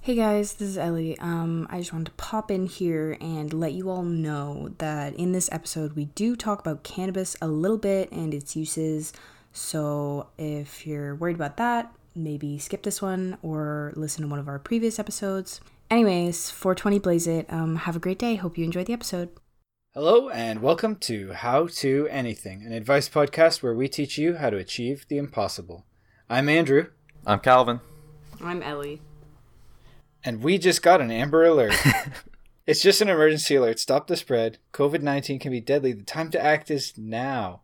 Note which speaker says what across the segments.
Speaker 1: Hey guys, this is Ellie. Um, I just wanted to pop in here and let you all know that in this episode we do talk about cannabis a little bit and its uses. So if you're worried about that, maybe skip this one or listen to one of our previous episodes. Anyways, 420 Blaze It. Um, have a great day. Hope you enjoyed the episode.
Speaker 2: Hello, and welcome to How to Anything, an advice podcast where we teach you how to achieve the impossible. I'm Andrew,
Speaker 3: I'm Calvin.
Speaker 1: I'm Ellie.
Speaker 2: and we just got an Amber Alert. it's just an emergency alert. Stop the spread. COVID 19 can be deadly. The time to act is now.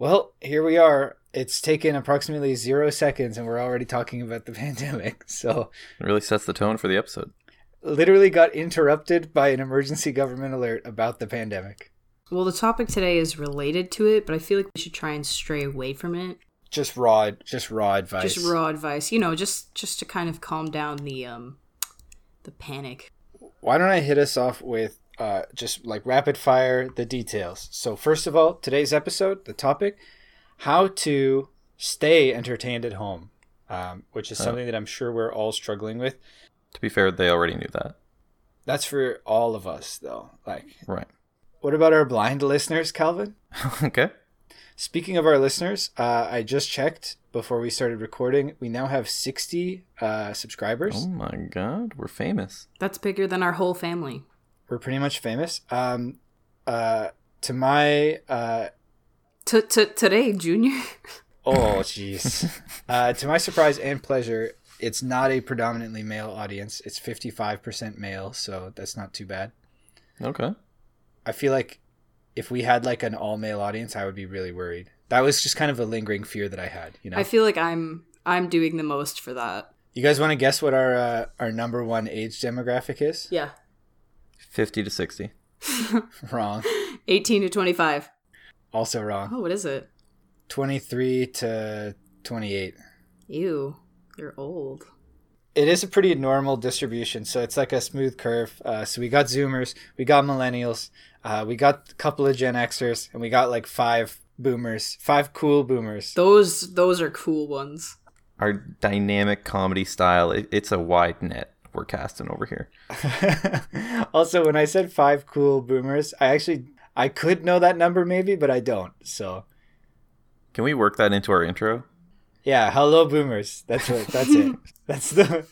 Speaker 2: Well, here we are. It's taken approximately zero seconds, and we're already talking about the pandemic. So,
Speaker 3: It really sets the tone for the episode.
Speaker 2: literally got interrupted by an emergency government alert about the pandemic.
Speaker 1: Well, the topic today is related to it, but I feel like we should try and stray away from it.
Speaker 2: Just raw, just raw advice.
Speaker 1: just raw advice you know just just to kind of calm down the um the panic
Speaker 2: why don't I hit us off with uh, just like rapid fire the details? So, first of all, today's episode, the topic, how to stay entertained at home, um, which is
Speaker 3: Oh.
Speaker 2: something that I'm sure we're all struggling with.
Speaker 3: To be fair, they already knew that.
Speaker 2: That's for all of us, though. Like,
Speaker 3: Right.
Speaker 2: what about our blind listeners, Calvin?
Speaker 3: okay.
Speaker 2: Speaking of our listeners, uh, I just checked before we started recording. We now have 60 uh, subscribers.
Speaker 3: Oh my god, we're famous.
Speaker 4: That's bigger than our whole family.
Speaker 2: We're pretty much famous. Um, uh, to my uh,
Speaker 4: To to today, Junior.
Speaker 2: Oh, jeez. uh, to my surprise and pleasure, it's not a predominantly male audience. It's 55% male, so that's not too bad.
Speaker 3: Okay.
Speaker 2: I feel like if we had like an all male audience, I would be really worried. That was just kind of a lingering fear that I had, you know.
Speaker 4: I feel like I'm I'm doing the most for that.
Speaker 2: you guys want to guess what our uh, our number one age demographic is?
Speaker 4: Yeah,
Speaker 3: 50 to 60.
Speaker 2: Wrong.
Speaker 4: eighteen to twenty five.
Speaker 2: Also wrong.
Speaker 4: Oh, what is it?
Speaker 2: 23 to 28.
Speaker 4: Ew, you're old.
Speaker 2: it is a pretty normal distribution so it's like a smooth curve uh, so we got zoomers we got millennials uh, we got a couple of gen xers and we got like five boomers five cool boomers
Speaker 4: Those those are cool ones.
Speaker 3: Our dynamic comedy style, it, it's a wide net we're casting over here.
Speaker 2: also when i said five cool boomers i actually i could know that number maybe but i don't so
Speaker 3: Can we work that into our intro?
Speaker 2: yeah hello boomers that's what that's it that's the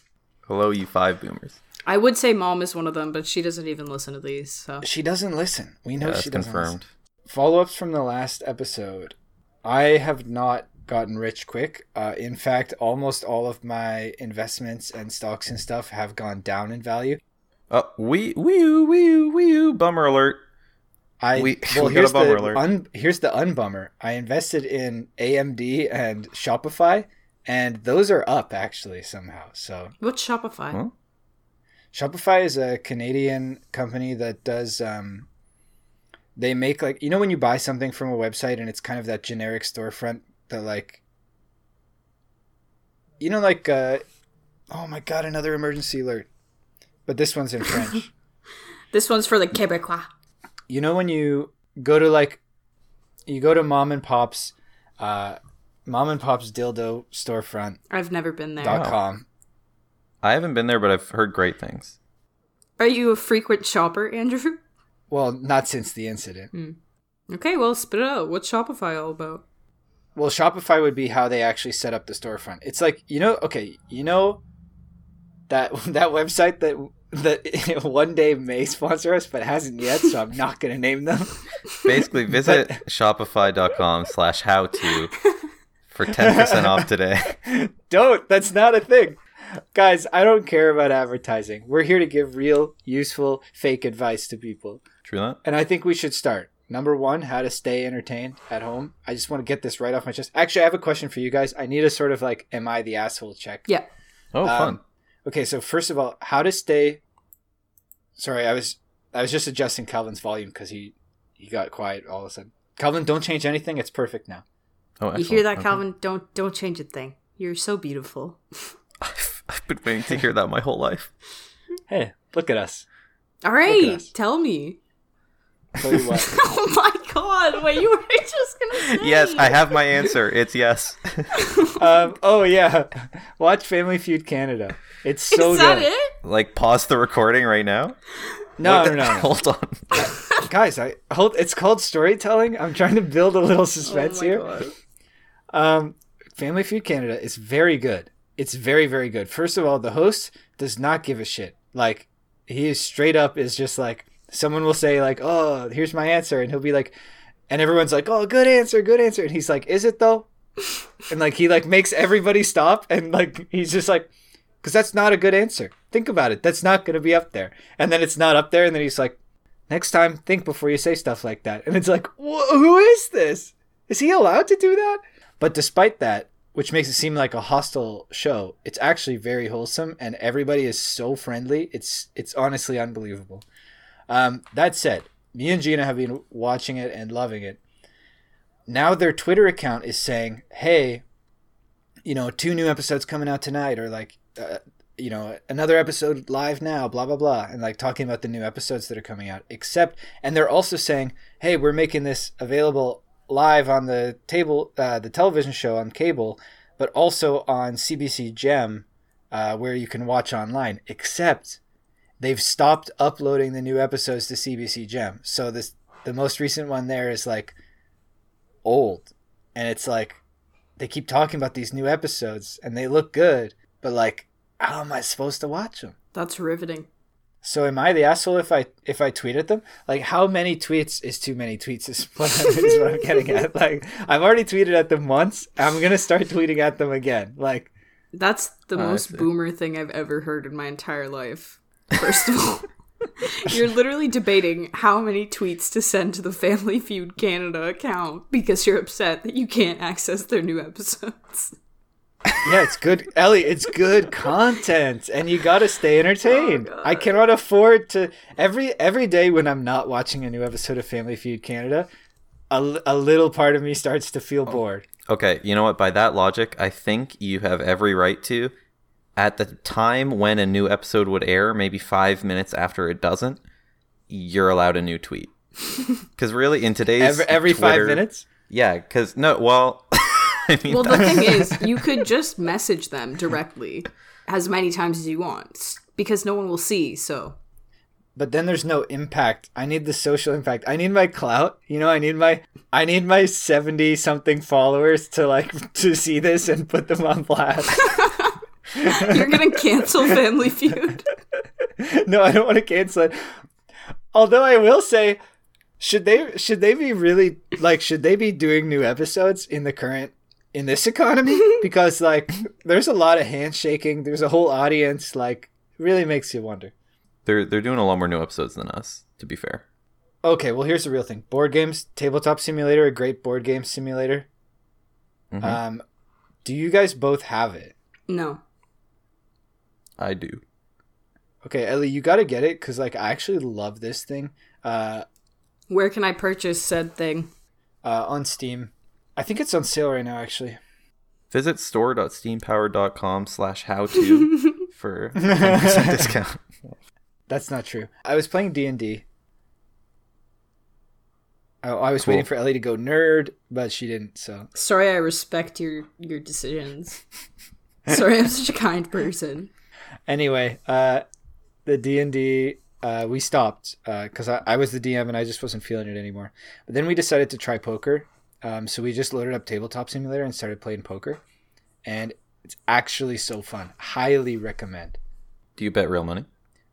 Speaker 3: Hello, you five boomers.
Speaker 4: I would say mom is one of them, but she doesn't even listen to these. So
Speaker 2: she doesn't listen we know
Speaker 3: yeah, that's
Speaker 2: she doesn't listen.
Speaker 3: confirmed.
Speaker 2: follow ups from the last episode. I have not gotten rich quick. Uh, in fact, almost all of my investments and stocks and stuff have gone down in value.
Speaker 3: Oh, wee, wee, wee, wee, bummer alert.
Speaker 2: I
Speaker 3: We-
Speaker 2: well,
Speaker 3: we got a
Speaker 2: here's the
Speaker 3: bummer alert.
Speaker 2: un, here's the unbummer. I invested in AMD and Shopify, and those are up actually somehow. So
Speaker 4: what's Shopify?
Speaker 3: Huh?
Speaker 2: Shopify is a Canadian company that does um they make like you know when you buy something from a website and it's kind of that generic storefront that like you know like uh oh my god another emergency alert but this one's in French.
Speaker 4: This one's for the Quebecois.
Speaker 2: you know when you go to like you go to mom and pops uh mom and pops dildo storefront
Speaker 4: I've never been there.
Speaker 2: dot com.
Speaker 3: I haven't been there, but I've heard great things.
Speaker 4: Are you a frequent shopper, Andrew?
Speaker 2: Well, not since the incident.
Speaker 4: Okay, well, spit it out. What's Shopify all about?
Speaker 2: Well, Shopify would be how they actually set up the storefront. It's like you know, okay, you know that that website that that one day may sponsor us, but hasn't yet. So I'm not going to name them.
Speaker 3: Basically, visit shopify.com slash how to for 10% off today.
Speaker 2: don't. That's not a thing, guys. I don't care about advertising. We're here to give real, useful, fake advice to people,
Speaker 3: True that?
Speaker 2: and I think we should start. Number one, how to stay entertained at home. I just want to get this right off my chest. Actually, I have a question for you guys. I need a sort of like, am I the asshole check?
Speaker 4: Yeah.
Speaker 3: Oh, fun.
Speaker 2: Um, Okay, so first of all, how to stay? Sorry, I was I was just adjusting Calvin's volume because he he got quiet all of a sudden. Calvin, don't change anything. It's perfect now.
Speaker 3: Oh,
Speaker 4: You hear
Speaker 3: excellent.
Speaker 4: that,
Speaker 3: Okay.
Speaker 4: Calvin? Don't don't change a thing. You're so beautiful.
Speaker 3: I've, I've been waiting to hear that my whole life.
Speaker 2: Hey, look at us.
Speaker 4: All right,
Speaker 2: us.
Speaker 4: tell me.
Speaker 2: Tell you what.
Speaker 4: Oh my god! What you were just gonna say?
Speaker 3: Yes, I have my answer. It's yes.
Speaker 2: um, oh yeah, watch Family Feud Canada. It's so
Speaker 4: Is that
Speaker 2: good.
Speaker 4: it?
Speaker 3: like, pause the recording right now.
Speaker 2: No,
Speaker 3: What
Speaker 2: no,
Speaker 3: the-
Speaker 2: no,
Speaker 3: Hold on.
Speaker 2: no. guys. I hold. It's called storytelling. I'm trying to build a
Speaker 4: Oh
Speaker 2: little suspense here.
Speaker 4: god.
Speaker 2: Um, Family Feud Canada is very good. It's very, very good. First of all, the host does not give a shit. Like, he is straight up is just like, someone will say, like, oh, here's my answer. And he'll be like, and everyone's like, oh, good answer, good answer. And he's like, is it though? and like, he like makes everybody stop. And like, he's just like, because that's not a good answer. Think about it. That's not going to be up there. And then it's not up there. And then he's like, next time, think before you say stuff like that. And it's like, wh- who is this? Is he allowed to do that? But despite that, which makes it seem like a hostile show, it's actually very wholesome, and everybody is so friendly. It's it's honestly unbelievable. Um, that said, me and Gina have been watching it and loving it. Now their Twitter account is saying, "Hey, you know, two new episodes coming out tonight," or like, uh, you know, another episode live now, blah blah blah, and like talking about the new episodes that are coming out. Except, and they're also saying, "Hey, we're making this available live on the table, uh, the television show on cable, but also on CBC Gem, uh, where you can watch online." Except, they've stopped uploading the new episodes to CBC Gem. So this the most recent one there is like old, and it's like they keep talking about these new episodes and they look good, but like how am I supposed to watch them?
Speaker 4: That's riveting.
Speaker 2: So am I the asshole if I if I tweet at them? Like how many tweets is too many tweets is what, I'm, is what I'm getting at. Like I've already tweeted at them once. I'm gonna start tweeting at them again. Like
Speaker 4: That's the
Speaker 3: I
Speaker 4: most
Speaker 3: see.
Speaker 4: boomer thing I've ever heard in my entire life. First of all, you're literally debating how many tweets to send to the Family Feud Canada account because you're upset that you can't access their new episodes.
Speaker 2: yeah, it's good, Ellie. It's good content, and you gotta stay entertained. I cannot afford to every every day when I'm not watching a new episode of Family Feud Canada. A, l- a little part of me starts to feel bored.
Speaker 3: Okay, you know what? By that logic, I think you have every right to. At the time when a new episode would air, maybe five minutes after it doesn't, you're allowed a new tweet. Because really, in today's
Speaker 2: Every, every five
Speaker 3: Twitter-
Speaker 2: minutes.
Speaker 3: yeah. Because no, well, I mean,
Speaker 4: Well, the
Speaker 3: that-
Speaker 4: thing is, you could just message them directly as many times as you want because no one will see. So
Speaker 2: but then there's no impact. I need the social impact. I need my clout. You know, I need my I need my 70 something followers to like to see this and put them on blast.
Speaker 4: you're gonna cancel Family Feud.
Speaker 2: no, I don't want to cancel it. Although I will say should they should they be really like should they be doing new episodes in the current in this economy because like there's a lot of handshaking, there's a whole audience like really makes you wonder.
Speaker 3: they're they're doing a lot more new episodes than us. To be fair,
Speaker 2: Okay, well here's the real thing. Board games, tabletop simulator, a great board game simulator.
Speaker 3: Mhm.
Speaker 2: Um, do you guys both have it?
Speaker 4: No.
Speaker 3: I do.
Speaker 2: Okay, Ellie, you got to get it because like I actually love this thing. Uh,
Speaker 4: Where can I purchase said thing?
Speaker 2: uh, on Steam, I think it's on sale right now. Actually,
Speaker 3: Visit store.steampower.com slash how to for 10% discount.
Speaker 2: that's not true. I was playing D and D. Oh, I was
Speaker 3: Cool.
Speaker 2: waiting for Ellie to go nerd, but she didn't. So
Speaker 4: Sorry, I respect your your decisions. Sorry, I'm such a kind person.
Speaker 2: anyway, uh, the D and D uh, we stopped because I, I was the DM and I just wasn't feeling it anymore. But then we decided to try poker, um, so we just loaded up Tabletop Simulator and started playing poker, and it's actually so fun. Highly recommend.
Speaker 3: Do you bet real money?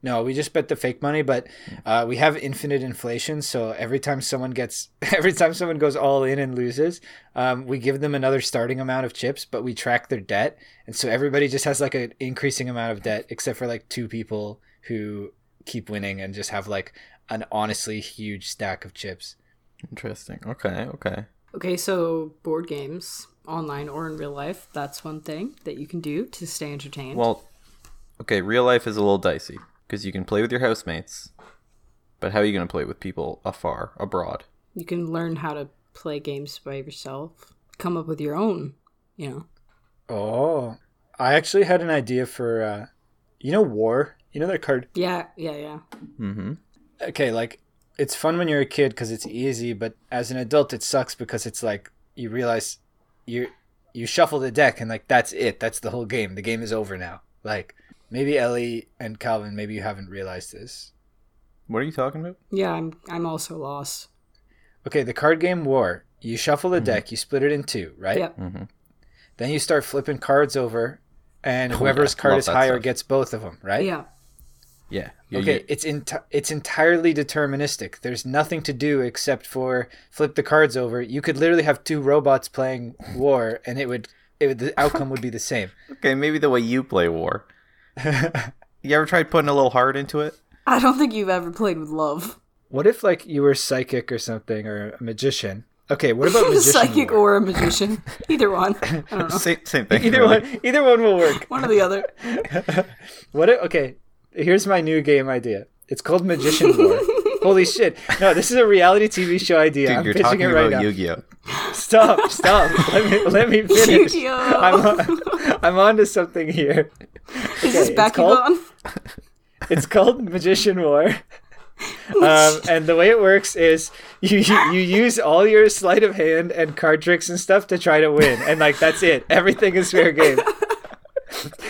Speaker 2: No, we just bet the fake money, but uh, we have infinite inflation. So every time someone gets, every time someone goes all in and loses, um, we give them another starting amount of chips, but we track their debt, and so everybody just has like an increasing amount of debt, except for like two people who keep winning and just have like an honestly huge stack of chips.
Speaker 3: Interesting. Okay, okay.
Speaker 4: Okay, so board games, online or in real life, that's one thing that you can do to stay entertained.
Speaker 3: Well, okay, real life is a little dicey because you can play with your housemates, but how are you going to play with people afar, abroad?
Speaker 4: you can learn how to play games by yourself, come up with your own, you know.
Speaker 2: Oh, I actually had an idea for, uh, you know, war. You know that card
Speaker 4: Yeah, yeah, yeah.
Speaker 3: Mm-hmm.
Speaker 2: okay, like it's fun when you're a kid because it's easy, but as an adult, it sucks because it's like you realize you you shuffle the deck and like that's it. That's the whole game. The game is over now. Like maybe Ellie and Calvin, maybe you haven't realized this.
Speaker 3: What are you talking about?
Speaker 4: Yeah, I'm I'm also lost.
Speaker 2: Okay, the card game war. You shuffle
Speaker 3: Mm-hmm.
Speaker 2: the deck. You split it in two, right?
Speaker 4: Yep.
Speaker 2: Then you start flipping cards over, and
Speaker 3: Oh,
Speaker 2: whoever's
Speaker 3: yeah.
Speaker 2: card
Speaker 3: Love
Speaker 2: is
Speaker 3: that
Speaker 2: higher
Speaker 3: stuff.
Speaker 2: gets both of them, right?
Speaker 4: Yeah.
Speaker 3: Yeah. You-
Speaker 2: Okay,
Speaker 3: you-
Speaker 2: it's enti- it's entirely deterministic. There's nothing to do except for flip the cards over. You could literally have two robots playing war, and it would it would, the outcome would be the same.
Speaker 3: okay, maybe the way you play war. you ever tried putting a little heart into it?
Speaker 4: I don't think you've ever played with love.
Speaker 2: What if like you were psychic or something or a magician? Okay, what about
Speaker 4: a
Speaker 2: magician
Speaker 4: psychic
Speaker 2: war?
Speaker 4: or a magician. Either one. I don't know.
Speaker 3: Same, same thing.
Speaker 2: either
Speaker 3: really.
Speaker 2: one? Either one will work.
Speaker 4: One or the other.
Speaker 2: What? If, okay, here's my new game idea. It's called Magician War. Holy shit! No, this is a reality TV show idea.
Speaker 3: Dude,
Speaker 2: I'm
Speaker 3: you're
Speaker 2: pitching
Speaker 3: talking
Speaker 2: it right
Speaker 3: about
Speaker 2: now.
Speaker 3: Yu-Gi-Oh.
Speaker 2: Stop! Stop! let me let me finish.
Speaker 4: Yu-Gi-Oh!
Speaker 2: I'm on, I'm onto something here.
Speaker 4: Is this
Speaker 2: Okay, it's
Speaker 4: Bakugan?
Speaker 2: It's called Magician War. Um, and the way it works is you you use all your sleight of hand and card tricks and stuff to try to win, and like that's it. Everything is fair game.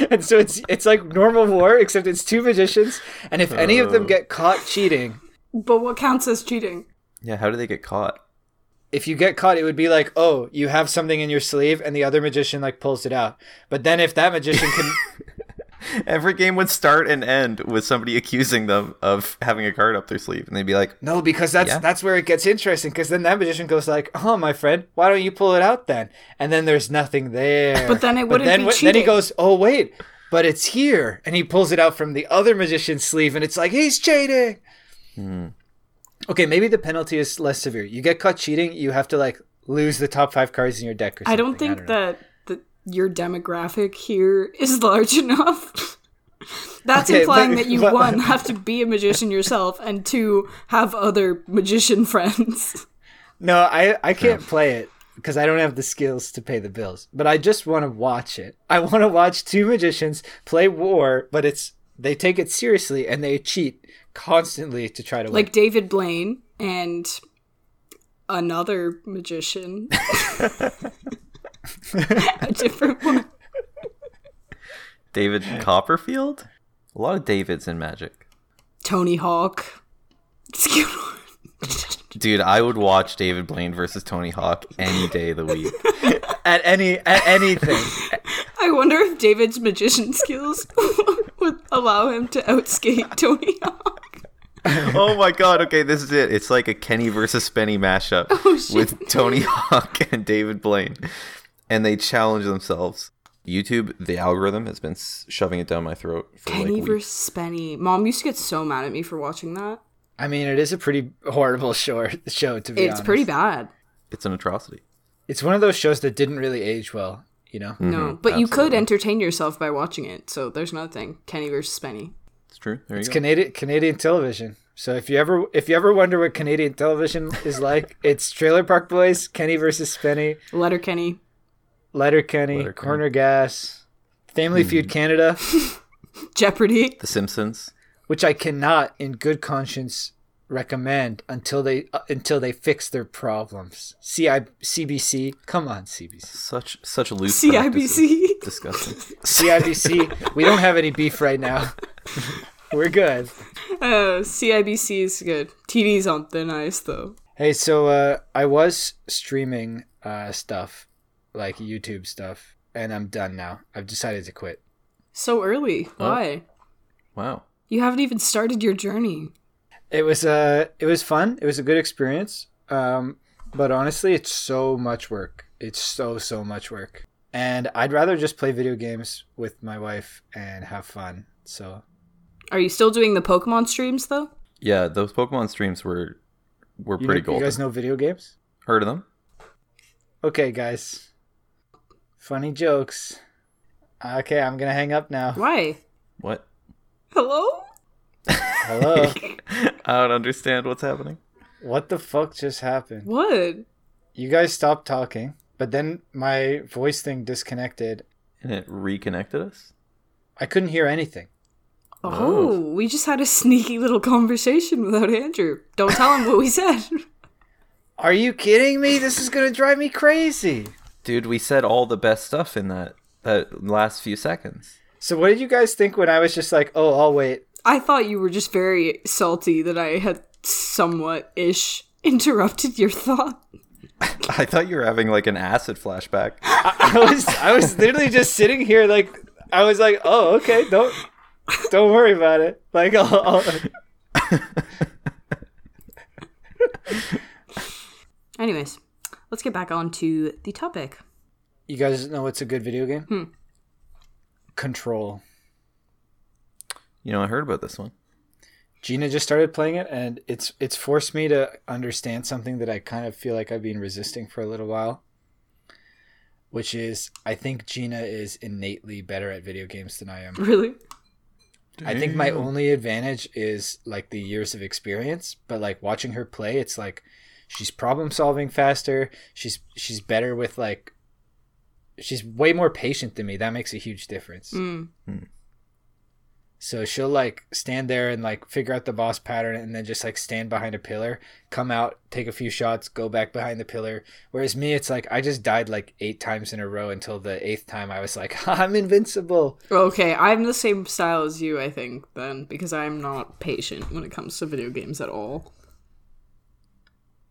Speaker 2: And so it's it's like normal war, except it's two magicians, and if any of them get caught cheating,
Speaker 4: But what counts as cheating?
Speaker 3: Yeah, how do they get caught?
Speaker 2: if you get caught, it would be like, oh, you have something in your sleeve, and the other magician like pulls it out. But then if that magician can
Speaker 3: Every game would start and end with somebody accusing them of having a card up their sleeve, and they'd be like,
Speaker 2: No, because that's
Speaker 3: Yeah.
Speaker 2: that's where it gets interesting. Because then that magician goes like, "Oh, my friend, why don't you pull it out then?" And then there's nothing there.
Speaker 4: But then it wouldn't
Speaker 2: then,
Speaker 4: be
Speaker 2: wh- Then he
Speaker 4: cheating.
Speaker 2: goes, "Oh wait, but it's here," and he pulls it out from the other magician's sleeve, and it's like he's cheating. Okay, maybe the penalty is less severe. You get caught cheating, you have to like lose the top five cards in your deck. Or something.
Speaker 4: I don't think
Speaker 2: know.
Speaker 4: that the, your demographic here is large enough. That's
Speaker 2: Okay,
Speaker 4: implying
Speaker 2: but-
Speaker 4: that you
Speaker 2: but-
Speaker 4: one have to be a magician yourself, and two have other magician friends.
Speaker 2: No, I I can't play it because I don't have the skills to pay the bills. But I just want to watch it. I want to watch two magicians play war, but it's they take it seriously and they cheat constantly to try to win.
Speaker 4: like David Blaine and another magician. a different one.
Speaker 3: "David Copperfield." A lot of Davids in Magic.
Speaker 4: Tony Hawk. It's a good one.
Speaker 3: Dude, I would watch David Blaine versus Tony Hawk any day of the week.
Speaker 2: at any at anything.
Speaker 4: I wonder if David's magician skills would allow him to outskate Tony Hawk.
Speaker 3: oh my god, okay, this is it. It's like a Kenny versus Spenny mashup with Tony Hawk and David Blaine. And they challenge themselves. YouTube, the algorithm has been s- shoving it down my throat for
Speaker 4: Penny
Speaker 3: like weeks.
Speaker 4: versus Penny. Mom used to get so mad at me for watching that.
Speaker 2: I mean, it is a pretty horrible short show to be
Speaker 4: It's
Speaker 2: honest.
Speaker 4: pretty bad.
Speaker 3: It's an atrocity.
Speaker 2: It's one of those shows that didn't really age well, you know.
Speaker 4: no, but you could entertain yourself by watching it. So there's another thing. Kenny versus Penny.
Speaker 3: It's true. There you
Speaker 2: It's
Speaker 3: go.
Speaker 2: Canadian Canadian television. So if you ever if you ever wonder what Canadian television is like, it's Trailer Park Boys, Kenny versus Spenny,
Speaker 4: Letter Kenny.
Speaker 2: Letterkenny,
Speaker 3: Letterkenny.
Speaker 2: Corner Gas, Family Feud Canada,
Speaker 4: Jeopardy.
Speaker 3: the Simpsons.
Speaker 2: which I cannot, in good conscience, recommend until they uh, until they fix their problems. CI, CBC, come on, CBC,
Speaker 3: Such such loose
Speaker 4: CIBC.
Speaker 3: practices. Disgusting.
Speaker 2: CIBC. we don't have any beef right now. We're good.
Speaker 4: Oh, CIBC is good. TD's on thin ice though.
Speaker 2: Hey, so uh, I was streaming uh, stuff, like YouTube stuff, and I'm done now. I've decided to quit.
Speaker 4: So early. Why?
Speaker 3: Wow.
Speaker 4: You haven't even started your journey.
Speaker 2: It was uh it was fun. It was a good experience. Um, but honestly, it's so much work. It's so so much work. And I'd rather just play video games with my wife and have fun. So
Speaker 4: Are you still doing the Pokemon streams though?
Speaker 3: Yeah, those Pokemon streams were were
Speaker 2: you,
Speaker 3: pretty
Speaker 2: know- you
Speaker 3: golden.
Speaker 2: guys know video games?
Speaker 3: Heard of them?
Speaker 2: Okay, guys. Funny jokes. Okay, I'm gonna hang up now.
Speaker 4: Why?
Speaker 3: What?
Speaker 4: Hello?
Speaker 3: Uh.
Speaker 2: Hello.
Speaker 3: I don't understand what's happening.
Speaker 2: what the fuck just happened?
Speaker 4: What?
Speaker 2: You guys stopped talking, but then my voice thing disconnected.
Speaker 3: And it reconnected us?
Speaker 2: I couldn't hear anything.
Speaker 4: Oh, we just had a sneaky little conversation without Andrew. Don't tell him what we said.
Speaker 2: Are you kidding me? This is gonna drive me crazy.
Speaker 3: Dude, we said all the best stuff in that that last few seconds.
Speaker 2: So what did you guys think when I was just like, "Oh, I'll wait."
Speaker 4: I thought you were just very salty that I had somewhat ish interrupted your thought.
Speaker 3: I thought you were having like an acid flashback.
Speaker 2: I was I was literally just sitting here like I was like, "Oh, okay. Don't don't worry about it." Like, I'll, I'll-
Speaker 4: Anyways, let's get back on to the topic.
Speaker 2: you guys know what's a good video game? Control.
Speaker 3: You know, I heard about this one.
Speaker 2: Gina just started playing it, and it's it's forced me to understand something that I kind of feel like I've been resisting for a little while, which is I think Gina is innately better at video games than I am.
Speaker 4: Really?
Speaker 2: I think my only advantage is like the years of experience, but like watching her play, it's like she's problem solving faster. She's she's better with like she's way more patient than me. That makes a huge difference.
Speaker 4: Mm.
Speaker 2: So she'll like stand there and like figure out the boss pattern and then just like stand behind a pillar, come out, take a few shots, go back behind the pillar. Whereas me, it's like I just died like eight times in a row until the eighth time I was like, I'm invincible.
Speaker 4: Okay, I'm the same style as you, I think, then, because I'm not patient when it comes to video games at all.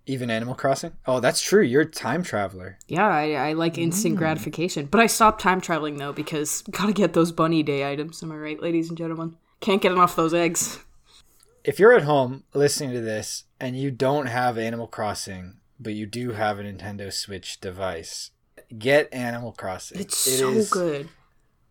Speaker 2: Even Animal Crossing? Oh, that's true. You're a time traveler.
Speaker 4: Yeah, I, I like
Speaker 2: Hmm.
Speaker 4: instant gratification. But I stopped time traveling, though, because gotta get those bunny day items, am I right, ladies and gentlemen? Can't get enough of those eggs.
Speaker 2: if you're at home listening to this and you don't have Animal Crossing, but you do have a Nintendo Switch device, get Animal Crossing.
Speaker 4: It's
Speaker 2: It
Speaker 4: so
Speaker 2: is
Speaker 4: good.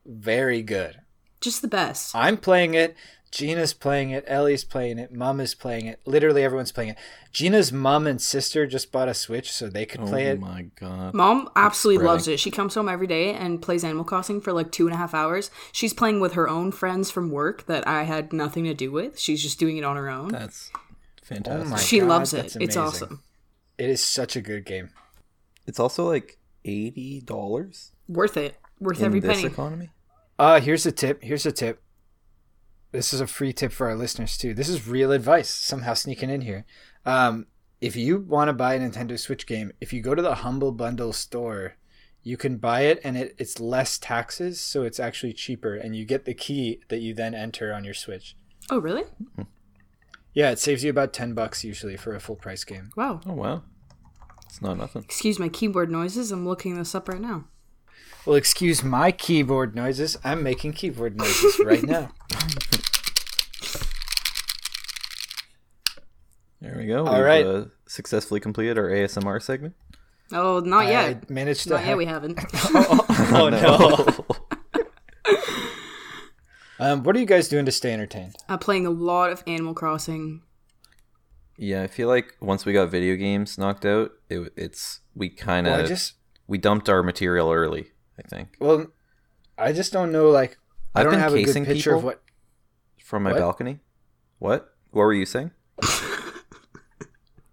Speaker 2: Very good.
Speaker 4: Just the best.
Speaker 2: I'm playing it. Gina's playing it. Ellie's playing it. Mom is playing it. Literally everyone's playing it. Gina's mom and sister just bought a Switch so they could play
Speaker 3: oh
Speaker 2: it.
Speaker 3: my god.
Speaker 4: Mom absolutely
Speaker 3: Spreading.
Speaker 4: loves it. She comes home every day and plays Animal Crossing for like two and a half hours. She's playing with her own friends from work that I had nothing to do with. She's just doing it on her own.
Speaker 3: That's fantastic.
Speaker 2: my
Speaker 4: she
Speaker 2: God,
Speaker 4: loves
Speaker 2: that's
Speaker 4: it. It's
Speaker 2: amazing.
Speaker 4: awesome.
Speaker 2: It is such a good game.
Speaker 3: It's also like eighty dollars
Speaker 4: Worth it. Worth
Speaker 3: in
Speaker 4: every
Speaker 3: this
Speaker 4: penny.
Speaker 3: economy.
Speaker 2: Uh, here's a tip. Here's a tip. This is a free tip for our listeners too. This is real advice. Somehow sneaking in here. Um, if you want to buy a Nintendo Switch game, if you go to the Humble Bundle store, you can buy it, and it, it's less taxes, so it's actually cheaper, and you get the key that you then enter on your Switch.
Speaker 4: oh, really?
Speaker 2: Yeah, it saves you about ten bucks usually for a full price game.
Speaker 4: Wow.
Speaker 3: Oh wow. It's not nothing.
Speaker 4: Excuse my keyboard noises. I'm looking this up right now.
Speaker 2: Well, excuse my keyboard noises. I'm making keyboard noises right now.
Speaker 3: There we go.
Speaker 2: All
Speaker 3: We've,
Speaker 2: right.
Speaker 3: uh, successfully completed our ASMR segment.
Speaker 4: Oh, not yet.
Speaker 2: I managed to.
Speaker 4: Not yet,
Speaker 2: hack-
Speaker 4: we haven't.
Speaker 2: oh no. um, what are you guys doing to stay entertained?
Speaker 4: uh, playing a lot of Animal Crossing.
Speaker 3: yeah, I feel like once we got video games knocked out, it, it's we kind
Speaker 2: Well,
Speaker 3: of
Speaker 2: I just
Speaker 3: we dumped our material early. I think
Speaker 2: well, I just don't know. Like, I
Speaker 3: I've
Speaker 2: don't
Speaker 3: been
Speaker 2: have a good
Speaker 3: casing
Speaker 2: picture of
Speaker 3: people.
Speaker 2: what.
Speaker 3: from my
Speaker 2: What?
Speaker 3: balcony. What? What were you saying?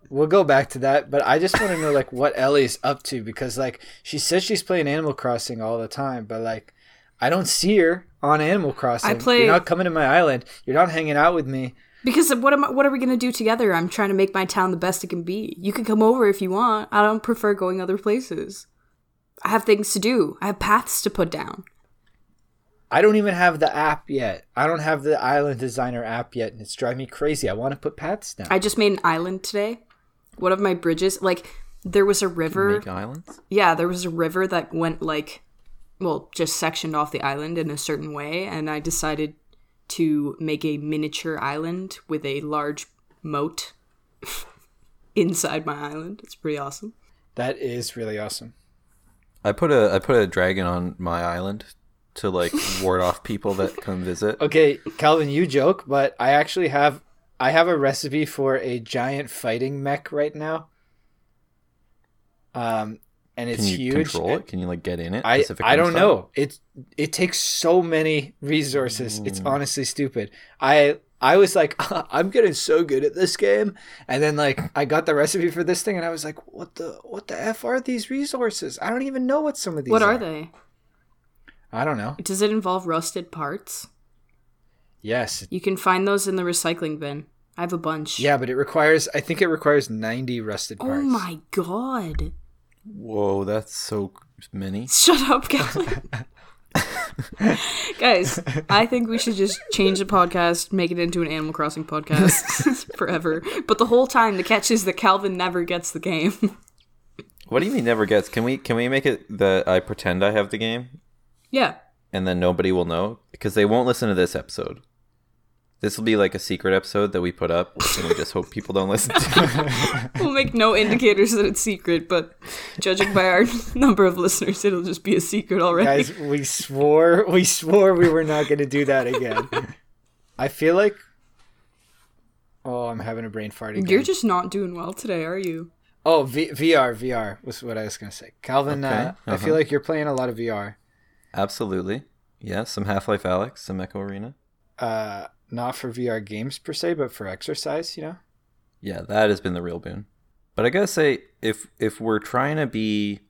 Speaker 2: We'll go back to that, but I just want to know like what Ellie's up to because like she says she's playing Animal Crossing all the time, but like I don't see her on Animal Crossing.
Speaker 4: play-
Speaker 2: You're not coming to my island. You're not hanging out with me.
Speaker 4: Because what am I, what are we gonna do together? I'm trying to make my town the best it can be. You can come over if you want. I don't prefer going other places. I have things to do. I have paths to put down.
Speaker 2: I don't even have the app yet. I don't have the island designer app yet, and it's driving me crazy. I want to put paths down.
Speaker 4: I just made an island today. One of my bridges, like there was a river.
Speaker 3: Make islands.
Speaker 4: Yeah, there was a river that went like, well, just sectioned off the island in a certain way, and I decided to make a miniature island with a large moat inside my island. It's pretty awesome.
Speaker 2: that is really awesome.
Speaker 3: I put a I put a dragon on my island to like ward off people that come visit.
Speaker 2: Okay, Calvin, you joke, but I actually have I have a recipe for a giant fighting mech right now. Um, and it's
Speaker 3: Can you
Speaker 2: huge.
Speaker 3: control it? Can you like get in it?
Speaker 2: I
Speaker 3: Pacific
Speaker 2: I
Speaker 3: Rim
Speaker 2: don't
Speaker 3: style?
Speaker 2: know. It it takes so many resources. It's
Speaker 3: Hmm.
Speaker 2: honestly stupid. I I was like, I'm getting so good at this game, and then like I got the recipe for this thing, and I was like, what the what the f are these resources? I don't even know what some of these.
Speaker 4: what are they?
Speaker 2: I don't know.
Speaker 4: Does it involve rusted parts?
Speaker 2: Yes.
Speaker 4: You can find those in the recycling bin. I have a bunch.
Speaker 2: Yeah, but it requires. I think it requires ninety rusted
Speaker 4: Oh
Speaker 2: parts.
Speaker 4: my god.
Speaker 3: Whoa, that's so many.
Speaker 4: Shut up, Gavin. Guys, I think we should just change the podcast, make it into an Animal Crossing podcast forever. But the whole time, the catch is that Calvin never gets the game.
Speaker 3: What do you mean never gets? Can we can we make it that I pretend I have the game
Speaker 4: yeah.
Speaker 3: and then nobody will know because they won't listen to this episode. This will be like a secret episode that we put up and we just hope people don't listen to. it.
Speaker 4: We'll make no indicators that it's secret, but judging by our number of listeners, it'll just be a secret already.
Speaker 2: Guys, we swore we swore we were not going to do that again. I feel like. Oh, I'm having a brain fart again.
Speaker 4: You're just not doing well today, are you?
Speaker 2: Oh, v- VR, VR was what I was going to say. Calvin, uh,
Speaker 3: Okay,
Speaker 2: I feel like you're playing a lot of VR.
Speaker 3: Absolutely. Yeah, some Half-Life Alex, some Echo Arena.
Speaker 2: Uh, not for VR games per se, but for exercise, you know?
Speaker 3: Yeah, that has been the real boon. But I gotta say, if if we're trying to be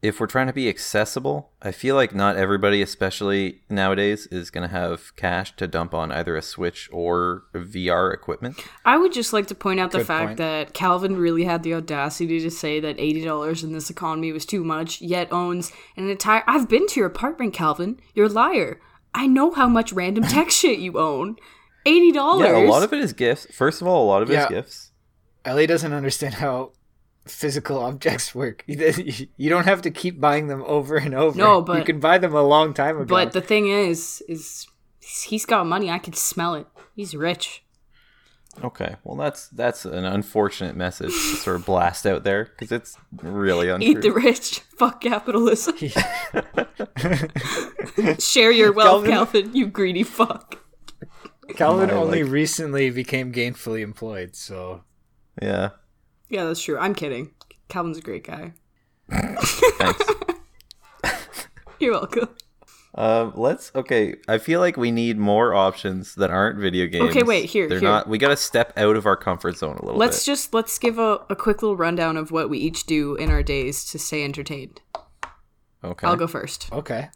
Speaker 3: if we're trying to be accessible, I feel like not everybody, especially nowadays, is gonna have cash to dump on either a Switch or VR equipment.
Speaker 4: I would just like to point out the
Speaker 2: Good
Speaker 4: fact
Speaker 2: point.
Speaker 4: that Calvin really had the audacity to say that $80 in this economy was too much, yet owns an entire. I've been to your apartment, Calvin. You're a liar. I know how much random tech shit you own. $80.
Speaker 3: Yeah, a lot of it is gifts. First of all, a lot of it is
Speaker 2: Yeah.
Speaker 3: gifts.
Speaker 2: LA doesn't understand how physical objects work. You don't have to keep buying them over and over.
Speaker 4: No, but-
Speaker 2: you can buy them a long time ago.
Speaker 4: But the thing is, is he's got money. I can smell it. He's rich.
Speaker 3: Okay, well that's that's an unfortunate message to sort of blast out there because it's really untrue.
Speaker 4: Eat the rich. Fuck capitalism. Share your wealth,
Speaker 2: Calvin-
Speaker 4: Calvin, you greedy fuck.
Speaker 2: Calvin
Speaker 3: My,
Speaker 2: only
Speaker 3: like-
Speaker 2: recently became gainfully employed, so
Speaker 3: yeah,
Speaker 4: Yeah, that's true. I'm kidding. Calvin's a great guy.
Speaker 3: thanks.
Speaker 4: You're welcome.
Speaker 3: Um, let's okay. I feel like we need more options that aren't video games.
Speaker 4: Okay, wait, here,
Speaker 3: They're
Speaker 4: here.
Speaker 3: not. We got to step out of our comfort zone a little
Speaker 4: Let's
Speaker 3: bit.
Speaker 4: just let's give a, a quick little rundown of what we each do in our days to stay entertained.
Speaker 3: okay.
Speaker 4: I'll go first.
Speaker 2: okay.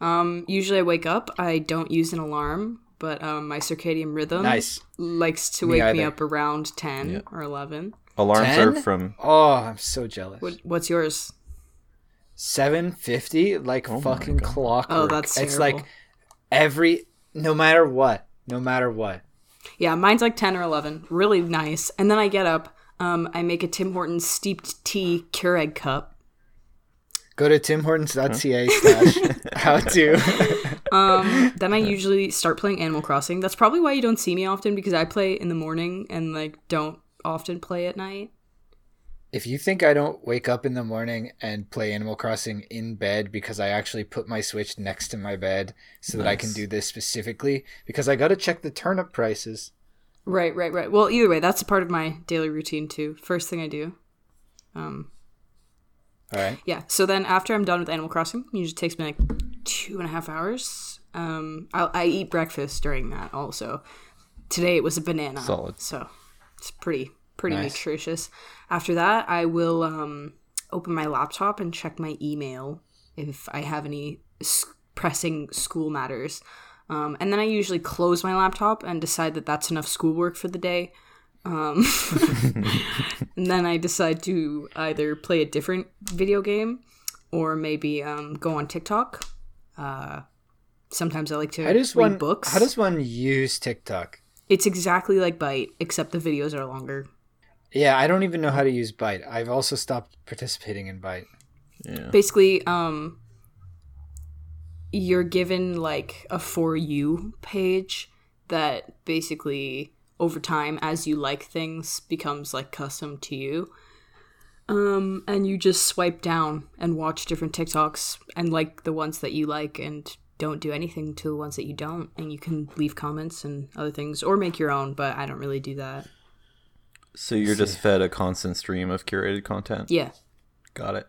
Speaker 4: Um, usually I wake up. I don't use an alarm, but um, my circadian rhythm
Speaker 2: Nice.
Speaker 4: likes to
Speaker 2: Me
Speaker 4: wake me
Speaker 2: either.
Speaker 4: up around ten or eleven.
Speaker 3: Alarms are
Speaker 2: 10?
Speaker 3: from.
Speaker 2: Oh, I'm so jealous.
Speaker 4: What, what's yours?
Speaker 2: 750 like fucking clockwork.
Speaker 4: Oh, that's
Speaker 2: It's
Speaker 4: terrible.
Speaker 2: like every no matter what, no matter what.
Speaker 4: Yeah, mine's like 10 or 11. Really nice. And then I get up. Um, I make a Tim Hortons steeped tea Keurig cup.
Speaker 2: Go to timhortons.ca slash how to.
Speaker 4: Um, Then I usually start playing Animal Crossing. That's probably why you don't see me often because I play in the morning and like don't often play at night.
Speaker 2: If you think I don't wake up in the morning and play Animal Crossing in bed because I actually put my Switch next to my bed so that I can do this specifically, because I got to check the turnip prices.
Speaker 4: Right, right, right. Well, either way, that's a part of my daily routine too. First thing I do. Um,
Speaker 2: All right.
Speaker 4: yeah. So then after I'm done with Animal Crossing, it usually takes me like two and a half hours. Um, I, I eat breakfast during that also. Today it was a banana.
Speaker 3: Solid.
Speaker 4: So it's pretty pretty
Speaker 2: Nice.
Speaker 4: nutritious. After that, I will um, open my laptop and check my email if I have any s- pressing school matters. Um, and then I usually close my laptop and decide that that's enough schoolwork for the day. Um, And then I decide to either play a different video game or maybe um, go on TikTok. Uh, sometimes I like to
Speaker 2: How does
Speaker 4: read
Speaker 2: one
Speaker 4: books.
Speaker 2: How does one use TikTok?
Speaker 4: It's exactly like Bite, except the videos are longer.
Speaker 2: Yeah, I don't even know how to use Byte. I've also stopped participating in Byte.
Speaker 4: Basically, um, you're given like a for you page that basically over time, as you like things, becomes like custom to you. Um, and you just swipe down and watch different TikToks and like the ones that you like and don't do anything to the ones that you don't. And you can leave comments and other things or make your own, but I don't really do that.
Speaker 3: So you're just fed a constant stream of curated content.
Speaker 4: Yeah.
Speaker 3: Got it.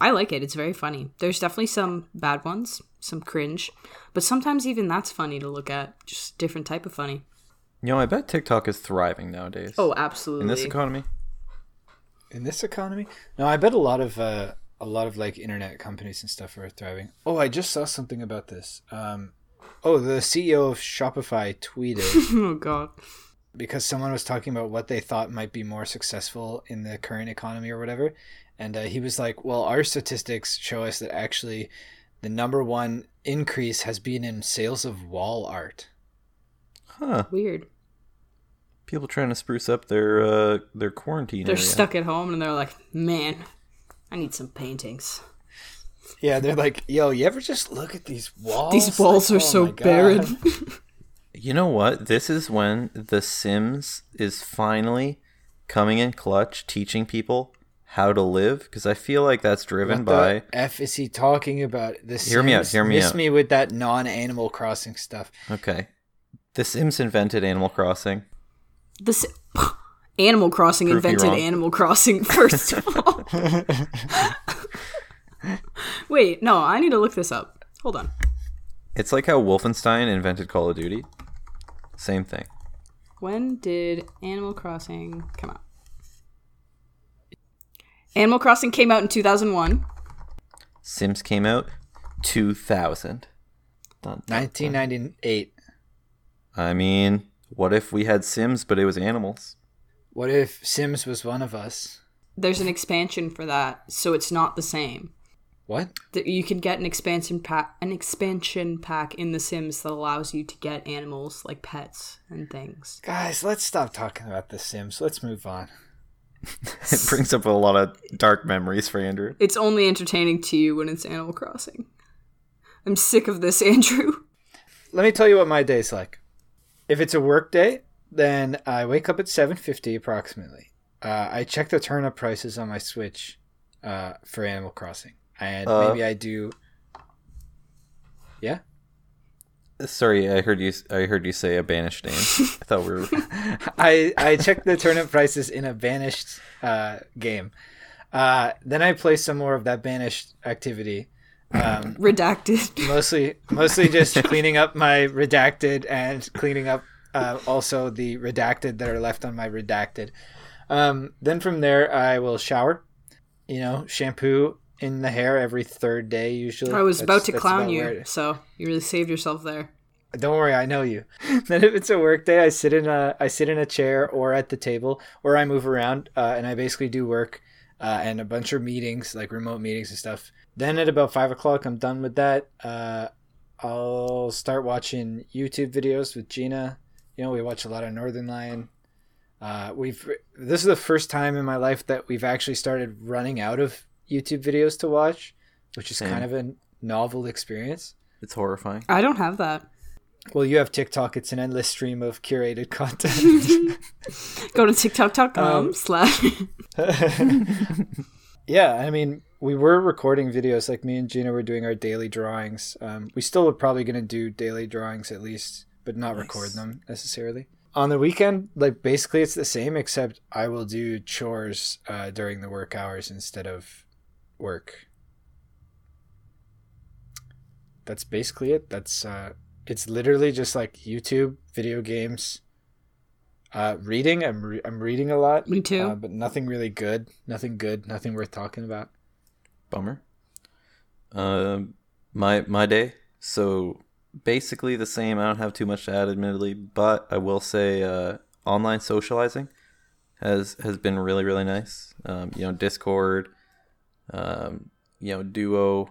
Speaker 4: I like it. It's very funny. There's definitely some bad ones, some cringe, but sometimes even that's funny to look at. Just different type of funny.
Speaker 3: You know, I bet TikTok is thriving nowadays.
Speaker 4: Oh, absolutely.
Speaker 3: in this economy.
Speaker 2: in this economy no i bet a lot of uh, a lot of like internet companies and stuff are thriving oh i just saw something about this um Oh, the CEO of Shopify tweeted
Speaker 4: oh god.
Speaker 2: because someone was talking about what they thought might be more successful in the current economy or whatever. And uh, he was like, well, our statistics show us that actually the number one increase has been in sales of wall art.
Speaker 3: Huh.
Speaker 4: Weird.
Speaker 3: People trying to spruce up their uh, their quarantine.
Speaker 4: They're
Speaker 3: area.
Speaker 4: stuck at home and they're like, man, I need some paintings.
Speaker 2: Yeah, they're like, yo, you ever just look at these walls?
Speaker 4: These walls
Speaker 2: Like,
Speaker 4: are
Speaker 2: oh
Speaker 4: so
Speaker 2: my God.
Speaker 4: barren.
Speaker 3: You know what? This is when The Sims is finally coming in clutch, teaching people how to live. Because I feel like that's driven
Speaker 2: What
Speaker 3: by.
Speaker 2: the F is he talking about? This
Speaker 3: Hear me out, hear me
Speaker 2: miss
Speaker 3: out.
Speaker 2: me with that non-Animal Crossing stuff.
Speaker 3: Okay. The Sims invented Animal Crossing.
Speaker 4: this Animal Crossing
Speaker 3: Prove me
Speaker 4: invented
Speaker 3: wrong.
Speaker 4: Animal Crossing first of all. Wait, no, I need to look this up. Hold on.
Speaker 3: It's like how Wolfenstein invented Call of Duty. Same thing.
Speaker 4: When did Animal Crossing come out? Animal Crossing came out in 2001.
Speaker 3: Sims came out 2000. Dun, dun.
Speaker 2: 1998.
Speaker 3: I mean, what if we had Sims, but it was animals?
Speaker 2: What if Sims was one of us?
Speaker 4: There's an expansion for that, so it's not the same.
Speaker 2: What?
Speaker 4: that you can get an expansion pack an expansion pack in the sims that allows you to get animals like pets and things
Speaker 2: Guys, let's stop talking about The Sims. Let's move on.
Speaker 3: It brings up a lot of dark memories for Andrew.
Speaker 4: it's only entertaining to you when it's animal crossing i'm sick of this andrew
Speaker 2: Let me tell you what my day's like. If it's a work day, then I wake up at 7:50 approximately. Uh, I check the turnip prices on my Switch uh, for Animal Crossing, and
Speaker 3: Uh.
Speaker 2: maybe I do. Yeah,
Speaker 3: Sorry, I heard you. I heard you say a banished name. I thought we were.
Speaker 2: I I check the turnip prices in a banished uh, game. Uh, then I play some more of that banished activity. Um,
Speaker 4: redacted
Speaker 2: mostly mostly just cleaning up my redacted and cleaning up uh, also the redacted that are left on my redacted um, then from there i will shower you know shampoo in the hair every third day usually
Speaker 4: i was
Speaker 2: That's-
Speaker 4: about to
Speaker 2: that's
Speaker 4: clown
Speaker 2: about
Speaker 4: you
Speaker 2: where it-
Speaker 4: so you really saved yourself there
Speaker 2: don't worry i know you then if it's a work day i sit in a i sit in a chair or at the table or i move around uh, and i basically do work uh, and a bunch of meetings like remote meetings and stuff then at about five o'clock i'm done with that uh, i'll start watching youtube videos with gina you know we watch a lot of northern lion uh, we've this is the first time in my life that we've actually started running out of youtube videos to watch which is
Speaker 3: Same.
Speaker 2: kind of a novel experience
Speaker 3: It's horrifying.
Speaker 4: i don't have that
Speaker 2: well, you have TikTok. It's an endless stream of curated content.
Speaker 4: go to tiktok.com
Speaker 2: Um,
Speaker 4: slash
Speaker 2: yeah, I mean, we were recording videos. Like me and Gina were doing our daily drawings. Um, we still are probably going to do daily drawings at least, but not record them necessarily. On the weekend, like basically it's the same, except I will do chores uh, during the work hours instead of work. That's basically it. That's uh, it's literally just like YouTube, video games, uh, reading. I'm re- I'm reading a lot.
Speaker 4: me too
Speaker 2: Uh, but nothing really good. Nothing good. Nothing worth talking about.
Speaker 3: Bummer. Um, my my day. So basically the same. I don't have too much to add, admittedly, but I will say uh, online socializing has has been really really nice. Um, you know, Discord, um, you know, Duo,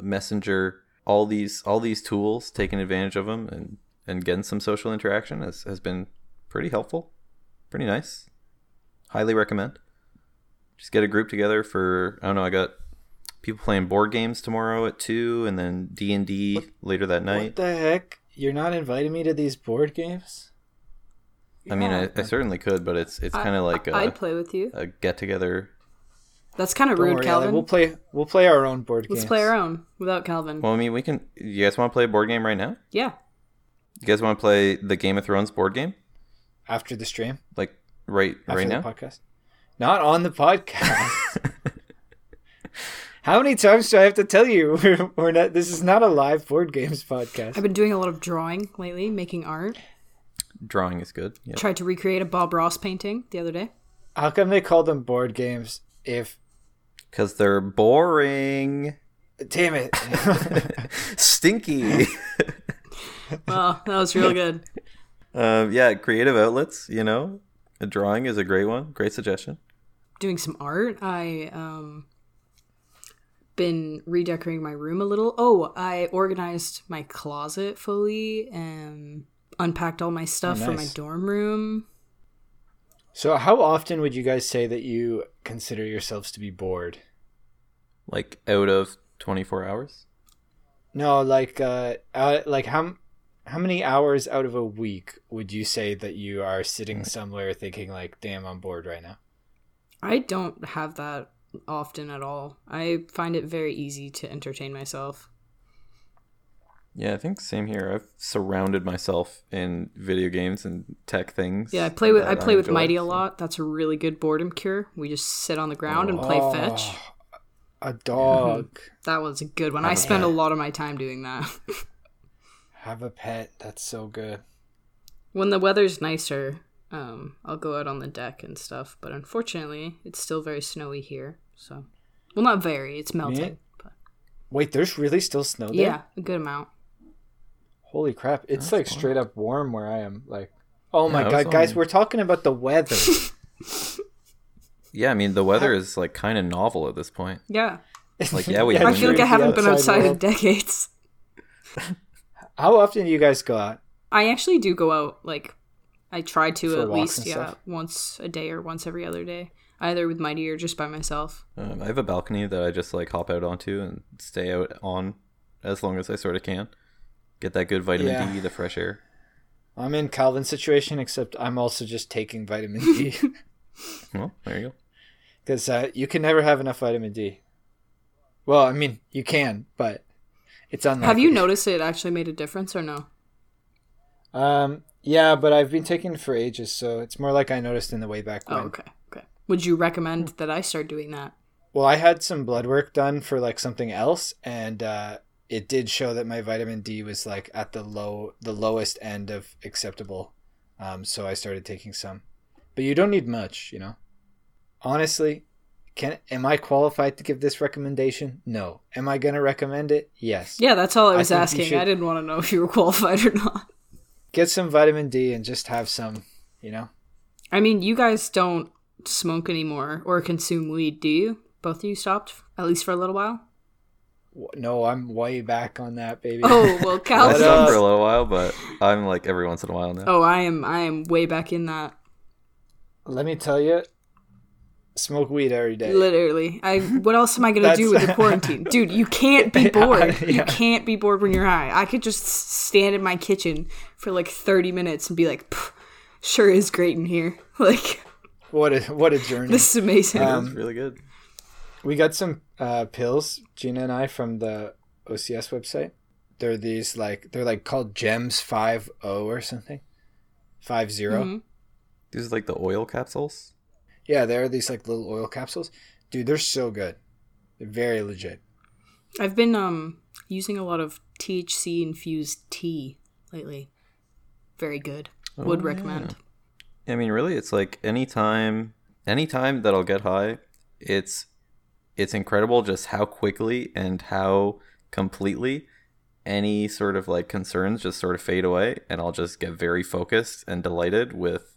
Speaker 3: Messenger, all these all these tools, taking advantage of them and and getting some social interaction has has been pretty helpful, pretty nice. Highly recommend. Just get a group together for I don't know. I got people playing board games tomorrow at two, and then D and D later that
Speaker 2: What
Speaker 3: night.
Speaker 2: the heck? You're not inviting me to these board games?
Speaker 3: I mean, I, I certainly could, but it's it's kind of like
Speaker 4: I- i'd
Speaker 3: a,
Speaker 4: play with you
Speaker 3: a get together.
Speaker 4: that's kind of
Speaker 2: uh, Don't
Speaker 4: rude
Speaker 2: worry,
Speaker 4: calvin
Speaker 2: Ale, We'll play. We'll play our own board games.
Speaker 4: let's play our own without calvin
Speaker 3: Well, I mean, we can. You guys want to play a board game right now?
Speaker 4: yeah
Speaker 3: You guys want to play the Game of Thrones board game,
Speaker 2: after the stream.
Speaker 3: like right
Speaker 2: After
Speaker 3: right
Speaker 2: the
Speaker 3: now?
Speaker 2: podcast. Not on the podcast. How many times do I have to tell you we're, we're not? This is not a live board games
Speaker 4: i've
Speaker 2: podcast.
Speaker 4: been doing a lot of drawing lately making art
Speaker 3: Drawing is good. Yeah.
Speaker 4: tried to recreate a Bob Ross painting the other day.
Speaker 2: How come they call them board games if?
Speaker 3: Because they're boring.
Speaker 2: Damn it!
Speaker 3: Stinky.
Speaker 4: Wow, Oh, that was real good.
Speaker 3: Um, yeah, creative outlets. You know, a drawing is a great one. Great suggestion.
Speaker 4: Doing some art. I um been redecorating my room a little. Oh, I organized my closet fully and unpacked all my stuff
Speaker 2: Oh,
Speaker 4: from my
Speaker 2: nice.
Speaker 4: dorm room.
Speaker 2: So, how often would you guys say that you consider yourselves to be bored?
Speaker 3: Like out of twenty four hours.
Speaker 2: No, like, uh, uh like how how many hours out of a week would you say that you are
Speaker 4: Mm.
Speaker 2: sitting somewhere thinking like, "Damn, I'm bored right now."
Speaker 4: I don't have that often at all. I find it very easy to entertain myself.
Speaker 3: Yeah, I think same here. I've surrounded myself in video games and tech things.
Speaker 4: Yeah, I play with I
Speaker 3: that
Speaker 4: play with
Speaker 3: enjoy,
Speaker 4: Mighty a
Speaker 3: so-
Speaker 4: lot. That's a really good boredom cure. We just sit on the ground and play
Speaker 2: Oh,
Speaker 4: fetch.
Speaker 2: A dog.
Speaker 4: That was a good one. I
Speaker 2: Yeah.
Speaker 4: spend a lot of my time doing that. Mm-hmm.
Speaker 2: Have a pet. That's so good.
Speaker 4: when the weather's nicer, um, I'll go out on the deck and stuff. But unfortunately, it's still very snowy here. So, well, not very. It's melting. But
Speaker 2: Wait, there's really still snow there.
Speaker 4: yeah, a good amount.
Speaker 2: Holy crap! It's
Speaker 3: That's
Speaker 2: like
Speaker 3: wild.
Speaker 2: straight up warm where I am. Like, oh my
Speaker 3: Yeah, I was
Speaker 2: god, guys,
Speaker 3: on-
Speaker 2: we're talking about the weather.
Speaker 3: Yeah, I mean the weather is like kind of novel at this point.
Speaker 4: Yeah,
Speaker 3: Like, yeah, we Yeah,
Speaker 4: I
Speaker 3: when
Speaker 4: feel like
Speaker 3: you're
Speaker 4: I haven't been
Speaker 2: The
Speaker 4: outside in
Speaker 2: world.
Speaker 4: decades.
Speaker 2: How often do you guys go out?
Speaker 4: I actually do go out. Like, I try to
Speaker 2: For
Speaker 4: at
Speaker 2: walks
Speaker 4: least
Speaker 2: and
Speaker 4: yeah
Speaker 2: stuff?
Speaker 4: once a day or once every other day, either with Mighty or just by myself.
Speaker 3: Um, I have a balcony that I just like hop out onto and stay out on as long as I sort of can. Get that good vitamin
Speaker 2: Yeah.
Speaker 3: D, the fresh air.
Speaker 2: I'm in Calvin's situation, except I'm also just taking vitamin D
Speaker 3: Well, there you go.
Speaker 2: because uh, you can never have enough vitamin D. Well, I mean, you can, but it's unlikely.
Speaker 4: Have you noticed it actually made a difference or no?
Speaker 2: Um, yeah, but I've been taking it for ages, so it's more like I noticed in the way back
Speaker 4: Oh,
Speaker 2: when.
Speaker 4: okay, okay. Would you recommend that I start doing that?
Speaker 2: Well, I had some blood work done for like something else, and uh, it did show that my vitamin D was like at the low, the lowest end of acceptable. Um, so I started taking some, but you don't need much, you know. Honestly, can am I qualified to give this recommendation? No. Am I gonna recommend it? Yes.
Speaker 4: Yeah, that's all I
Speaker 2: I
Speaker 4: was
Speaker 2: think you
Speaker 4: asking. I
Speaker 2: should-
Speaker 4: didn't want to know if you were qualified or not.
Speaker 2: Get some vitamin D and just have some, you know.
Speaker 4: I mean, you guys don't smoke anymore or consume weed, do you? Both of you stopped, at least for a little while.
Speaker 2: W- No, I'm way back on that, baby.
Speaker 4: Oh well,
Speaker 3: I
Speaker 2: What
Speaker 4: Calvin.
Speaker 2: up?
Speaker 3: stopped for a little while, but I'm like every once in a while now.
Speaker 4: Oh, I am. I am way back in that.
Speaker 2: Let me tell you, smoke weed every day.
Speaker 4: Literally, I. What else am I gonna do with
Speaker 2: That's-
Speaker 4: the quarantine, dude? You can't be
Speaker 2: Yeah,
Speaker 4: bored. You
Speaker 2: yeah.
Speaker 4: can't be bored when you're high. I could just stand in my kitchen for like 30 minutes and be like, "Pff, "Sure is great in here. Like
Speaker 2: What a what a journey.
Speaker 4: this is amazing."
Speaker 3: It is
Speaker 2: Um,
Speaker 3: really good.
Speaker 2: We got some uh, pills, Gina and I, from the OCS website. They're these like they're like called Gems Five O or something, five
Speaker 4: Mhm.
Speaker 3: These are like the oil capsules.
Speaker 2: Yeah, they are these like little oil capsules. Dude, they're so good. They're very legit.
Speaker 4: I've been um using a lot of THC infused tea lately. Very good. Would
Speaker 3: Oh,
Speaker 4: recommend.
Speaker 3: I mean, really, it's like any time, any time that I'll get high, it's it's incredible just how quickly and how completely any sort of like concerns just sort of fade away, and I'll just get very focused and delighted with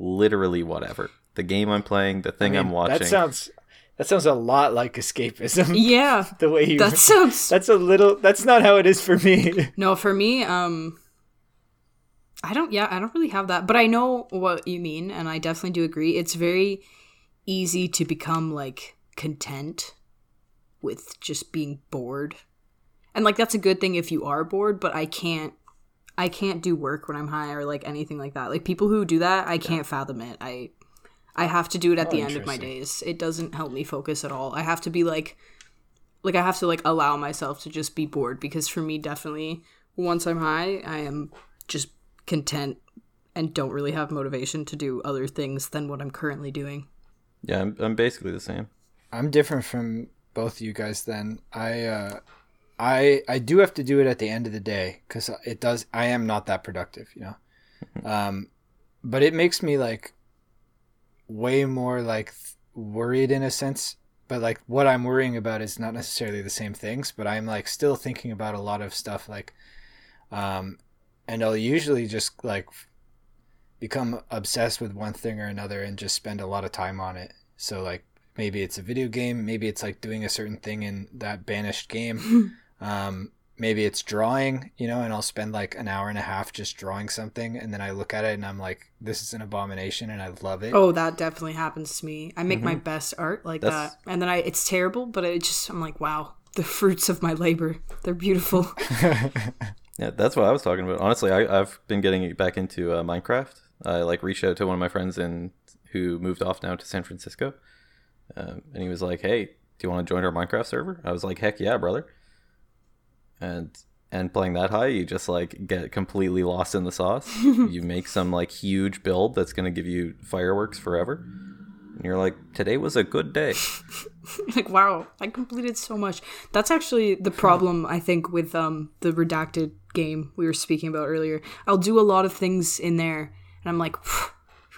Speaker 3: literally whatever the game I'm playing, the thing I
Speaker 2: I
Speaker 3: am
Speaker 2: mean,
Speaker 3: watching.
Speaker 2: That sounds that sounds a lot like escapism.
Speaker 4: Yeah.
Speaker 2: the way you
Speaker 4: That sounds
Speaker 2: that's a little that's not how it is for me.
Speaker 4: No, for me, um I don't yeah, I don't really have that, but I know what you mean and I definitely do agree. It's very easy to become like content with just being bored. And like that's a good thing if you are bored, but I can't I can't do work when I'm high or like anything like that. Like people who do that, I can't fathom it. I I have to do it at
Speaker 2: Oh,
Speaker 4: the end of my
Speaker 2: interesting.
Speaker 4: days. It doesn't help me focus at all. I have to be like like I have to like allow myself to just be bored because for me definitely once I'm high, I am just content and don't really have motivation to do other things than what I'm currently doing.
Speaker 3: yeah, I'm, I'm basically the same.
Speaker 2: I'm different from both you guys. Then I, uh, I, I do have to do it at the end of the day because it does. I am not that productive, you know. um, but it makes me like way more like th- worried in a sense. But like what I'm worrying about is not necessarily the same things. But I'm like still thinking about a lot of stuff like, um, and I'll usually just like become obsessed with one thing or another and just spend a lot of time on it. So like maybe it's a video game, maybe it's like doing a certain thing in that banished game. um, maybe it's drawing, you know, and I'll spend like an hour and a half just drawing something and then I look at it and I'm like this is an abomination and I love it.
Speaker 4: Oh, that definitely happens to me. I make my best art like
Speaker 3: That's-
Speaker 4: that, and then I it's terrible, but it just I'm like, wow, the fruits of my labor, they're beautiful.
Speaker 3: Yeah, that's what I was talking about. Honestly, I, I've been getting back into uh, Minecraft. I like reached out to one of my friends in who moved off now to San Francisco, um, and he was like, "Hey, do you want to join our Minecraft server?" I was like, "Heck yeah, brother!" And and playing that high, you just like get completely lost in the sauce. you make some like huge build that's gonna give you fireworks forever, and you're like, "Today was a good day."
Speaker 4: like wow i completed so much that's actually the problem i think with um the redacted game we were speaking about earlier i'll do a lot of things in there and i'm like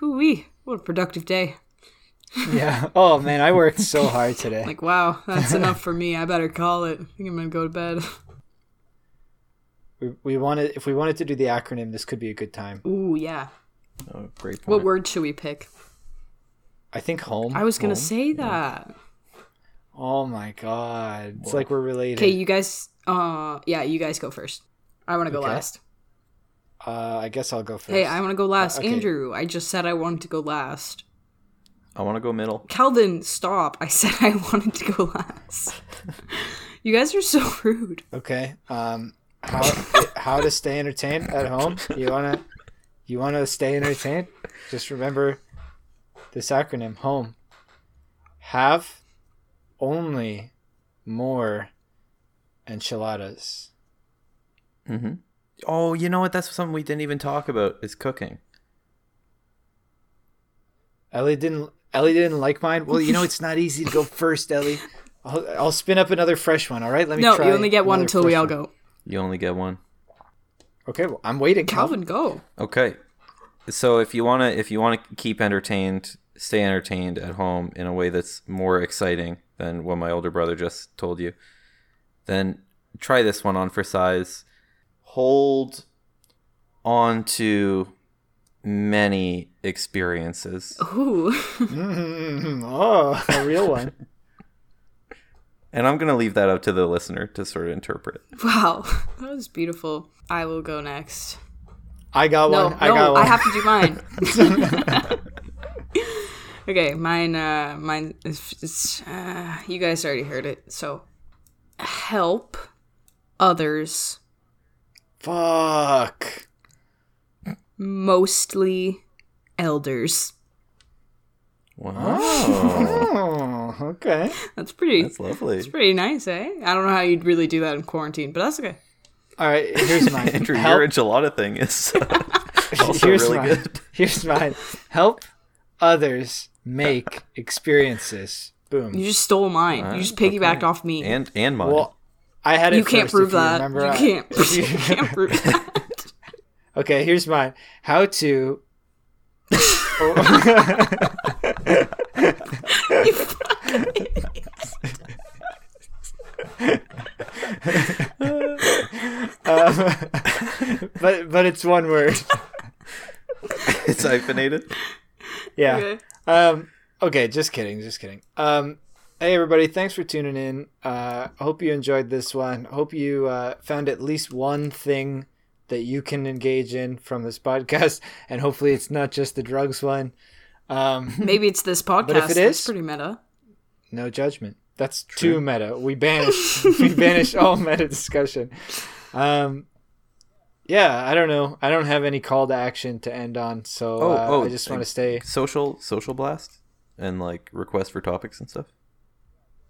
Speaker 4: whoo what a productive day
Speaker 2: yeah. Oh man, I worked so hard today.
Speaker 4: like wow that's enough for me i better call it i think i'm gonna go to bed
Speaker 2: we, we wanted if we wanted to do the acronym, this could be a good time.
Speaker 4: ooh yeah
Speaker 3: Oh, great point.
Speaker 4: what word should we pick
Speaker 2: I think home.
Speaker 4: i was gonna
Speaker 2: Home.
Speaker 4: say that
Speaker 2: Oh my god. It's like we're related.
Speaker 4: okay you guys uh yeah you guys go first i want to go
Speaker 2: Okay.
Speaker 4: last
Speaker 2: Uh, I guess I'll go first.
Speaker 4: hey i want to go last
Speaker 2: Uh, okay.
Speaker 4: andrew i just said i wanted to go last
Speaker 3: I want to go middle.
Speaker 4: Calvin, stop. I said I wanted to go last. you guys are so rude.
Speaker 2: okay. Um, how how to stay entertained at home? You wanna you wanna stay entertained? Just remember this acronym: home. Have only more enchiladas.
Speaker 3: Mm-hmm. Oh, you know what? That's something we didn't even talk about is cooking.
Speaker 2: Ellie didn't. Ellie didn't like mine. Well, you know it's not easy to go first, Ellie. I'll, I'll spin up another fresh one. All right, let me.
Speaker 4: No,
Speaker 2: try
Speaker 4: you only get one
Speaker 2: another
Speaker 4: until we
Speaker 2: fresh
Speaker 4: all
Speaker 2: one.
Speaker 4: go.
Speaker 3: You only get one.
Speaker 2: Okay, well, I'm waiting.
Speaker 4: Calvin, go.
Speaker 3: Okay. So if you wanna if you wanna keep entertained, stay entertained at home in a way that's more exciting than what my older brother just told you, then try this one on for size. Hold on to many experiences.
Speaker 4: Ooh.
Speaker 2: Mm, oh, a real one.
Speaker 3: And I'm gonna leave that up to the listener to sort of interpret.
Speaker 4: Wow. That was beautiful. I will go next.
Speaker 2: I got
Speaker 4: No,
Speaker 2: one. I
Speaker 4: no,
Speaker 2: got one.
Speaker 4: I have to do mine. okay, mine uh mine is it's, uh, you guys already heard it. So help others
Speaker 2: Fuck.
Speaker 4: mostly elders.
Speaker 3: Wow.
Speaker 2: Oh, okay.
Speaker 4: That's pretty
Speaker 3: that's lovely.
Speaker 4: It's pretty nice, eh? I don't know how you'd really do that in quarantine, but that's okay.
Speaker 2: All right, here's mine.
Speaker 3: Andrew,
Speaker 2: Help-
Speaker 3: your enchilada thing is also
Speaker 2: here's
Speaker 3: really
Speaker 2: mine.
Speaker 3: good.
Speaker 2: Here's mine. Help others make experiences. Boom.
Speaker 4: You just stole mine. you just piggybacked off me.
Speaker 3: and and mine.
Speaker 2: well, I had it.
Speaker 4: you can't
Speaker 2: first,
Speaker 4: prove
Speaker 2: if
Speaker 4: that.
Speaker 2: remember.
Speaker 4: you
Speaker 2: I-
Speaker 4: can't. You can't prove that.
Speaker 2: Okay, here's mine. How to. Um, but but it's one word.
Speaker 3: it's hyphenated.
Speaker 2: Yeah.
Speaker 4: Okay.
Speaker 2: Um, okay, just kidding, just kidding. Um, hey everybody, thanks for tuning in. Uh, I hope you enjoyed this one. I hope you uh, found at least one thing that you can engage in from this podcast, and hopefully it's not just the drugs one. Um,
Speaker 4: Maybe it's this podcast.
Speaker 2: if it
Speaker 4: That's
Speaker 2: is-
Speaker 4: pretty meta.
Speaker 2: no judgment. That's too meta. We banish we banish all meta discussion. Um, yeah, I don't know. I don't have any call to action to end on, so
Speaker 3: Oh,
Speaker 2: uh,
Speaker 3: oh,
Speaker 2: I just
Speaker 3: thank-
Speaker 2: want to stay.
Speaker 3: Social social blast and like requests for topics and stuff.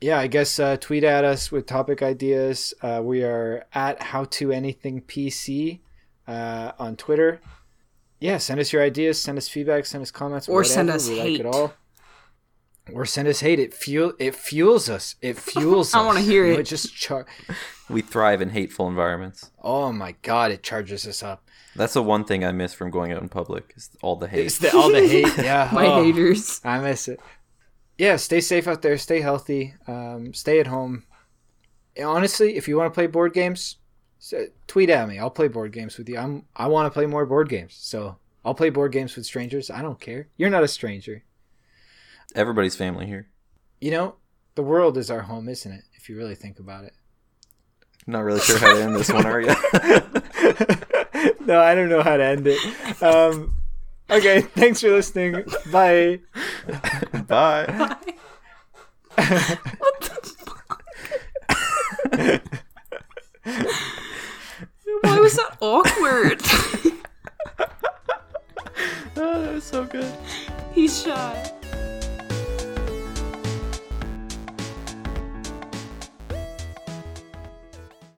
Speaker 2: yeah, I guess uh, tweet at us with topic ideas. Uh, we are at how to anything PC uh, on Twitter. Yeah, send us your ideas, send us feedback, send us comments,
Speaker 4: Or send
Speaker 2: whatever.
Speaker 4: us
Speaker 2: We
Speaker 4: hate.
Speaker 2: Like it all. Or send us hate. It fuel. It fuels us. It fuels.
Speaker 4: I
Speaker 2: us.
Speaker 4: wanna hear
Speaker 2: You know,
Speaker 4: it.
Speaker 2: It just char-
Speaker 3: We thrive in hateful environments.
Speaker 2: Oh my god! It charges us up.
Speaker 3: That's the one thing I miss from going out in public is all the hate.
Speaker 2: It's the, all the hate. Yeah.
Speaker 4: My
Speaker 2: oh.
Speaker 4: haters.
Speaker 2: I miss it. Yeah, stay safe out there. Stay healthy. Um, stay at home. And honestly, if you want to play board games, So, tweet at me. I'll play board games with you. I'm I want to play more board games. So I'll play board games with strangers. I don't care. You're not a stranger.
Speaker 3: Everybody's family here.
Speaker 2: You know, the world is our home, isn't it? If you really think about it.
Speaker 3: Not really sure how to end this one, are you?
Speaker 2: no, I don't know how to end it. Um, okay, thanks for listening. Bye.
Speaker 3: Bye.
Speaker 4: What the fuck? Why was that awkward?
Speaker 3: Oh, that was so good.
Speaker 4: He's shy.